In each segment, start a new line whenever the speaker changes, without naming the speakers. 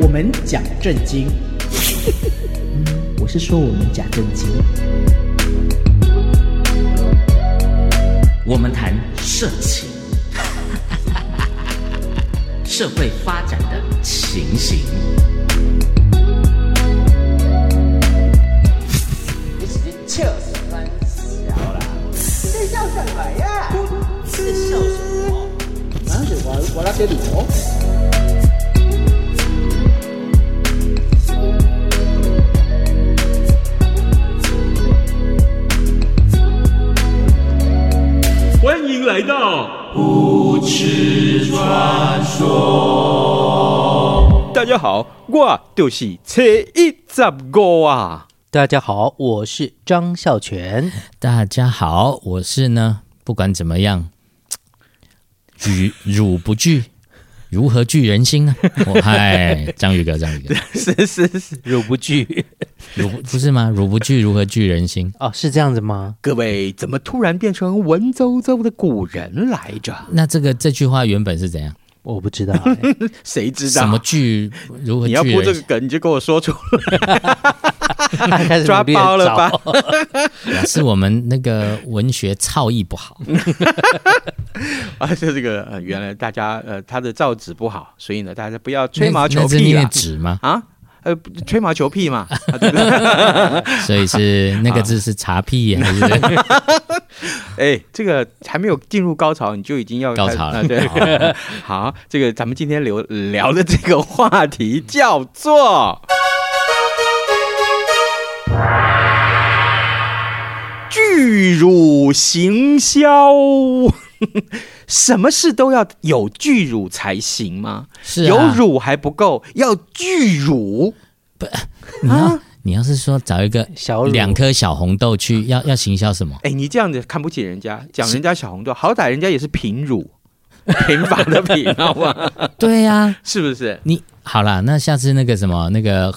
我们讲正经， 嗯我是说我们讲正经。
我们谈社情， 社会发展的情形。
欢迎来到不吃传说。大家好，我就是车一十五啊。
大家好，哦我是张孝全。
大家好，我是呢，不管怎么样，举辱不惧，如何惧人心呢？ 我嗨，张宇哥，张宇哥，
是是是，入不惧
辱不不是吗？辱不惧，如何惧人心？
哦，是这样子吗？
各位怎么突然变成文绉绉的古人来着？
那这个这句话原本是怎样？
我不知道、哎
谁知道？
什么惧？如何
你要
惧
铺这
人
个
心？
梗，你就给我说出
他开始
抓
努力地
包了
找
吧？
是我们那个文学造诣不好。
啊！就这个、呃原来大家呃，他的造纸不好，所以呢，大家不要吹毛
那
求
那是
疵
念
啦
纸吗？
啊！呃，吹毛求屁嘛，啊 对
所以是那个字是 查屁还是？
哎，这个还没有进入高潮，你就已经要
高
开始
潮了
啊 对，好，这个咱们今天聊聊的这个话题叫做“巨乳行销”，什么事都要有巨乳才行吗？
是啊
有乳还不够，要巨乳。
你要你要是说找一个
小乳
两颗小红豆去，要要行销什么？
哎，你这样子看不起人家，讲人家小红豆，好歹人家也是平乳，平凡的 平，好吗？
对呀、
是不是？
你好啦，那下次那个什么那个。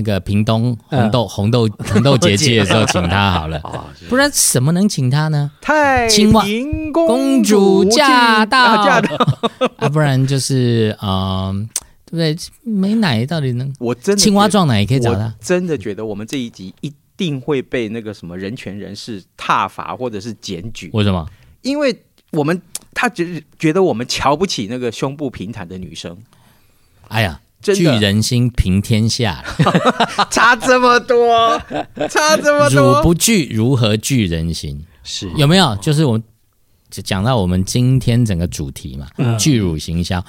那个屏东
嗯
红豆、红豆红豆节气的时候，请他好 了，
哦
不然什么能请他呢？
太
青蛙
平公
公主
进
驾到，
啊驾到！
啊，不然就是嗯、对不对？没奶到底能
我真的
青蛙
觉得
撞奶也可以找他
我，真的觉得我们这一集一定会被那个什么人权人士挞伐或者是检举，
为什么？
因为我们他觉觉得我们瞧不起那个胸部平坦的女生，
哎呀，
真
聚
的
人心平天 下，
差这么 多，差这么
汝
多。
不惧如何聚人心？
是
有没有？就是我们就讲到我们今天整个主题嘛，
嗯
聚乳行销，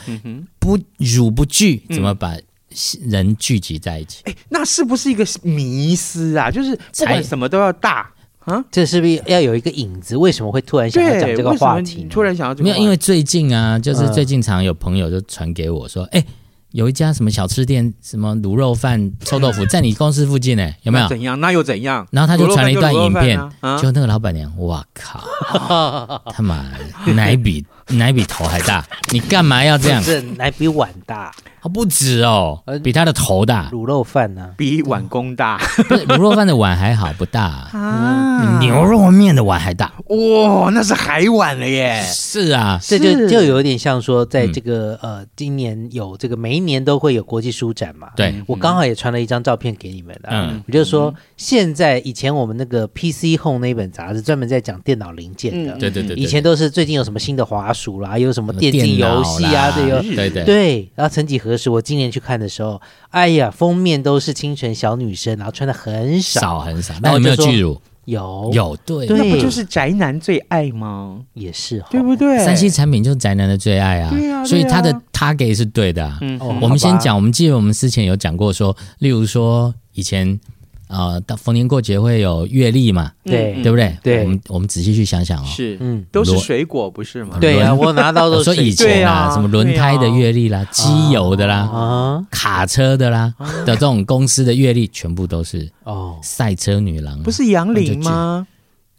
不乳不聚，怎么把人聚集在一起？
哎，那是不是一个迷思啊？就是不管
才
什么都要大，
这是不是要有一个影子？为什么会突然想要
对，
讲这个
为什么
话
你
题呢？
突然想要这个
没有，
话题
因为最近啊，就是
嗯
最近常有朋友就传给我说，哎、有一家什么小吃店，什么卤肉饭、臭豆腐，在你公司附 近呢、有没有
那？怎样？那又怎样？
然后他就传了一段影
卤肉
片
饭就卤肉饭啊，啊
就那个老板娘，哇靠，他妈的奶比奶比头还大，你干嘛 要这样？
这奶比碗 大，
不止哦，比他的头大，
呃卤肉饭啊呢、
比碗公大
不是卤肉饭的碗还好，不大，
啊！
牛肉面的碗还大。
哇，那是海碗了
哎
耶！
是啊，
这就就有点像说，在
嗯
这个、呃，今年有这个每一年都会有国际书展嘛。
对，
我刚好也传了一张照片给你们的、
嗯
我就说、现在以前我们那个 PC Home 那一本杂志专门在讲电脑零件的，
嗯
对对对，对
以前都是最近有什么新的滑鼠啦，有什么
什么
电竞游戏啊，这
电脑啦
有。
对对，
对，然后曾几何时，我今年去看的时候，哎呀，封面都是清纯小女生，然后穿的很少，
少很少。
然
那
后
有没有
就说
巨乳？
哦
有
有，对，
对
那不就是宅男最爱吗？
也是哈，
对不对？
三 C 产品就是宅男的最爱啊，
对啊对啊
所以他的 target 是对的啊。
嗯
哦
我们
好
先
吧
讲，我们记得我们之前有讲过说，例如说以前呃，到逢年过节会有月历嘛，
对
对不对？
对
我们我们仔细去想想哦。
是，
嗯，
嗯都是水果不是吗？
对呀、
轮
我拿到
我
的
说以前
对啊啊
啊，什么轮胎的阅历啦、机油的啦、
啊，
卡车的啦的这种公司的阅历，全部都是
哦，
赛车女郎啊。
不是杨林吗？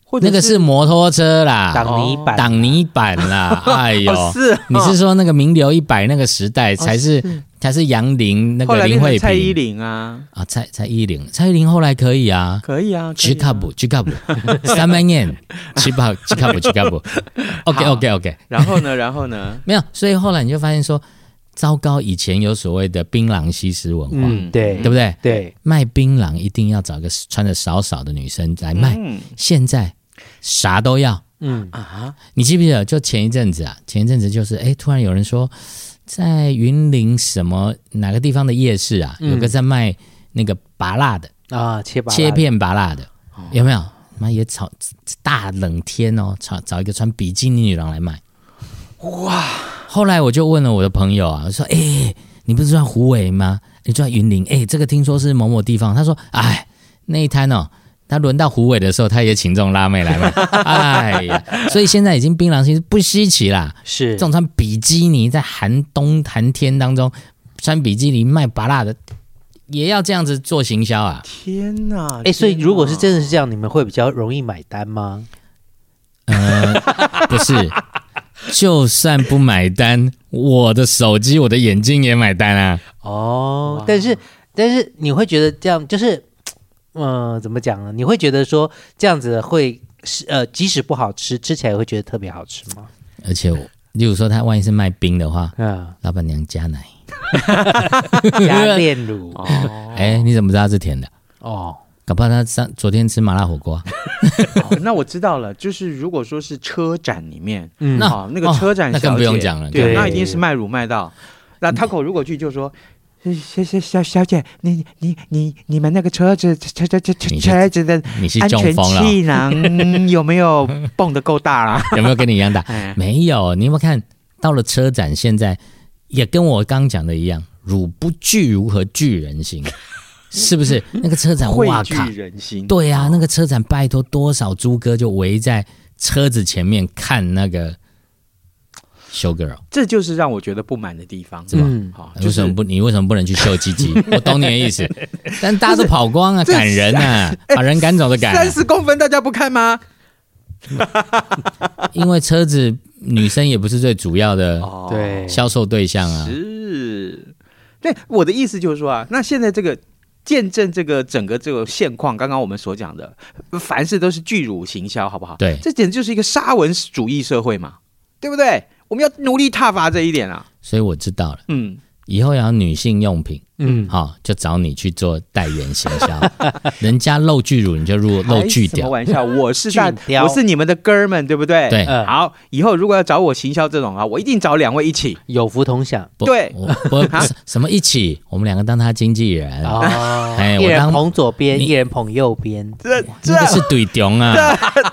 或者
那个是摩托车啦，
挡泥板，
挡泥板啦，哎呦，
啊 哦是哦，
你是说那个名流一百那个时代才是
是
才是杨林那
后
个
来
林
变成
慧
蔡依
萍
林啊，
啊，蔡蔡依林，蔡依林后来可以啊。
可以啊，可
吉
以
卡
啊
布，吉卡布，三万 元，吉卡吉卡布，吉卡布，OK OK OK，
然后呢，然后呢，
没有，所以后来你就发现说，糟糕，以前有所谓的槟榔西施文化，
嗯，对
对不对？
对，
卖槟榔一定要找个穿的少少的女生来 卖，
嗯
现在啥都要。
嗯
啊，
你记不记得？就前一阵子啊，前一阵子就是，哎，突然有人说，在云林什么哪个地方的夜市啊，
嗯
有个在卖那个拔辣的，
啊，切吧，
切，片拔辣的，有没有？妈也炒大冷天哦，找找一个穿比基尼女郎来卖。哇！后来我就问了我的朋友啊，我说：“哎、你不是住在湖尾吗？你住在云林？哎、这个听说是某某地方。”他说：“哎，那一摊哦，他轮到湖尾的时候，他也请这种辣妹来 卖。哎呀，所以现在已经槟榔西施不稀奇啦。
是
这种穿比基尼在寒冬寒天当中穿比基尼卖拔辣的，也要这样子做行销啊。”
天哪！
哎，所以
天
如果
哪
是真的是这样，你们会比较容易买单吗？
呃，不是，就算不买单，我的手机、我的眼睛也买单啊。
哦，但是但是你会觉得这样就是，嗯、怎么讲呢？你会觉得说这样子会是呃，即使不好吃，吃起来会觉得特别好吃吗？
而且我，例如说他万一是卖冰的话，
嗯，
老板娘加奶，
加炼乳
哦，
哎、你怎么知道它是甜的？
哦，
搞不好他上昨天吃麻辣火锅啊、
好那我知道了，就是如果说是车展里面，
嗯
那
好啊那个车展
哦那
小姐
更不用讲了嗯
对，
对
那一定是卖乳卖到。那 Taco 如果去就说。小小小小姐，你你你你们那个车子车车车车
你是
车子的
你是
安
中
全
风了哦、
气囊有没有蹦得够大 啦？
有没有跟你一样大？
哎
没有，你有没有看到了车展？现在也跟我刚讲的一样，汝不惧如何惧人心？ 是不是？那个车展，
汇
哇
聚
靠！
人心。
对呀、那个车展拜托多少猪哥就围在车子前面看那个 show girl，
这就是让我觉得不满的地方，是吧？
嗯
好，
为
就
什
是
么不你为什么不能去秀鸡 鸡？我懂你的意思，但大家都跑光啊，
这哎
赶人啊，把人赶走的赶啊、
三十公分，大家不看吗？
因为车子女生也不是最主要的
哦
对，
销售对象啊。
是，对，我的意思就是说啊，那现在这个见证这个整个这个现况，刚刚我们所讲的，凡事都是巨乳行销，好不好？，
对，
这简直就是一个沙文主义社会嘛，对不对？我们要努力踏伐这一点啊。
所以我知道了，
嗯，
以后要有女性用品，
嗯，
好、就找你去做代言行 销，人家露巨乳你就露露
开
巨
什么
屌，
玩笑，我是大
巨，雕
我是你们的哥们，对不对？
对
嗯
好，以后如果要找我行销这种啊，我一定找两位一起。
有福同享
不，
对
我不不是什么一起，我们两个当他经纪人，
哦，
哎
一
我
人
当
捧左边，
你
一人捧右边
这这
那个是对中啊，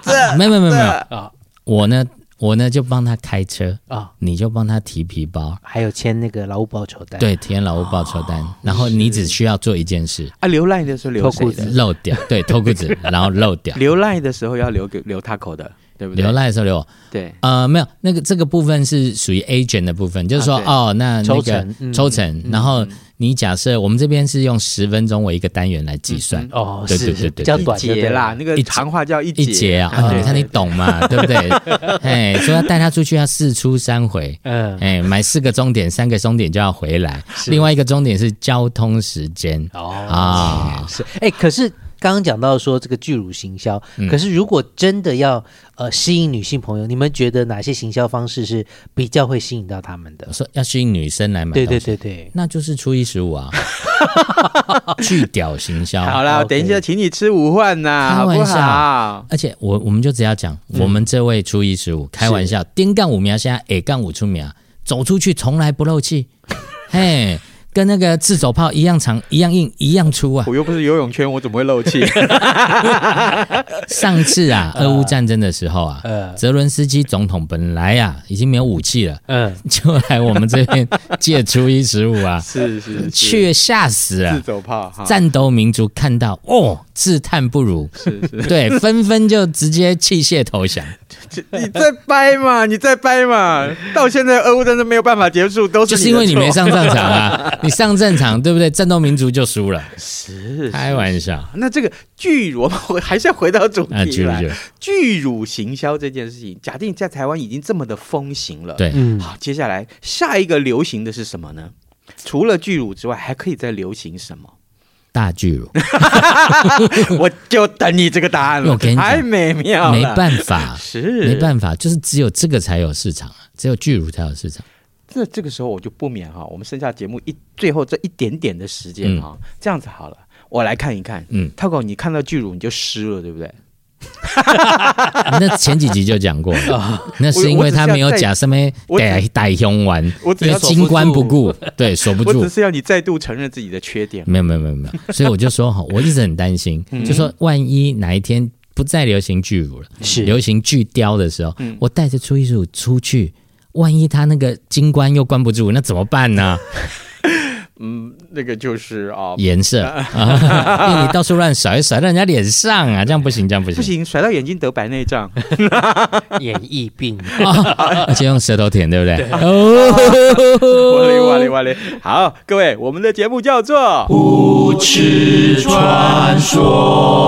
这
没有没有没有没有，
这
啊
我呢我呢就帮他开车，
啊，
你就帮他提皮包，
还有签那个劳务报酬单，，
对，体验劳务报酬单，
哦
然后你只需要做一件事，
啊，流浪的时候留
脱
谁
裤子
的？
漏掉，对，脱裤 子，然后漏掉，
流浪的时候要留给留他口的，对不对？
流赖的时候留，
对，
呃，没有那个这个部分是属于 agent 的部分，就是说、
啊对
哦，那那
抽
个
成嗯
抽成，然后你假设我们这边是用十分钟为一个单元来计算。
哦，
对
是
对
是
对对
比较
一
短就
节
对
啦，
了，
那个
一节
行话叫一
一节啊，哦
对
你看你懂嘛，对不对？ 哎，说要带他出去要四出三回，
嗯，
哎，买四个终点，三个终点就要回来。另外一个终点是交通时间
哦
啊，
是，哎、可是刚刚讲到说这个巨乳行销，
嗯
可是如果真的要呃吸引女性朋友，你们觉得哪些行销方式是比较会吸引到他们的
我？说要吸引女生来买，
对对，对对，
那就是初一十五啊，巨屌行
好
销。
啦，
OK
等一下请你吃午饭呐，
开
好不
玩笑
好？
而且我我们就只要讲，我们这位初一十五开玩笑，丁杠五苗现在 A 杠五出苗，走出去从来不漏气，嘿，跟那个自走炮一样长，一样硬，一样粗啊。
我又不是游泳圈，我怎么会漏气？
上次 啊，
呃
俄乌战争的时候啊，
呃
泽伦斯基总统本来啊已经没有武器了，
嗯，
就来我们这边借初一十五 啊，
是是是啊
却吓死
自
了。
走炮哈，
战斗民族看到哦，自叹不如，
是是，
对，纷纷就直接弃械投降。
你再掰嘛， 你再掰嘛，到现在俄乌战争没有办法结束，都是
就是因为你没上战场啊， 你上战场对不对？战斗民族就输了，
是
开玩笑。
那这个巨乳，我们回还是要回到主
啊，
题
巨
来。
乳，
巨乳行销这件事情，假定在台湾已经这么的风行了，
对
嗯，
好，接下来下一个流行的是什么呢？除了巨乳之外，还可以再流行什 么？
大巨乳，
我就等你这个答案了，
我跟你讲
太美妙了，
没办
啊
法，
是
没办法，就是只有这个才有市场啊，只有巨乳才有市场。
这这个时候我就不免哈，我们剩下节目一最后这一点点的时间哈，这样子好了，我来看一看。
嗯，
涛狗，你看到巨乳你就湿了，对不对？
那前几集就讲过 了，那是因为他没有假什么
啊我只要
逮逮凶丸，
我只
因
要
为金冠不 顾，对，守不
我
住
只。是要你再度承认自己的缺点。
没有没有没有没有，所以我就说 哈，我一直很担心，
嗯
就说万一哪一天不再流行巨乳了，
是
流行巨雕的时候，
嗯
我带着初一乳出去，万一他那个金冠又关不住，那怎么办 呢？
嗯，那个就是啊，
颜色，啊因为你到处乱甩，甩到人家脸上啊，这样不行，这样不
不
行，
行，甩到眼睛得白内 障。
演疫病，
哦而且用舌头舔，对不哦 对？
哇嘞哇
哦，
嘞哇嘞！好，各位，我们的节目叫做《无耻传说》。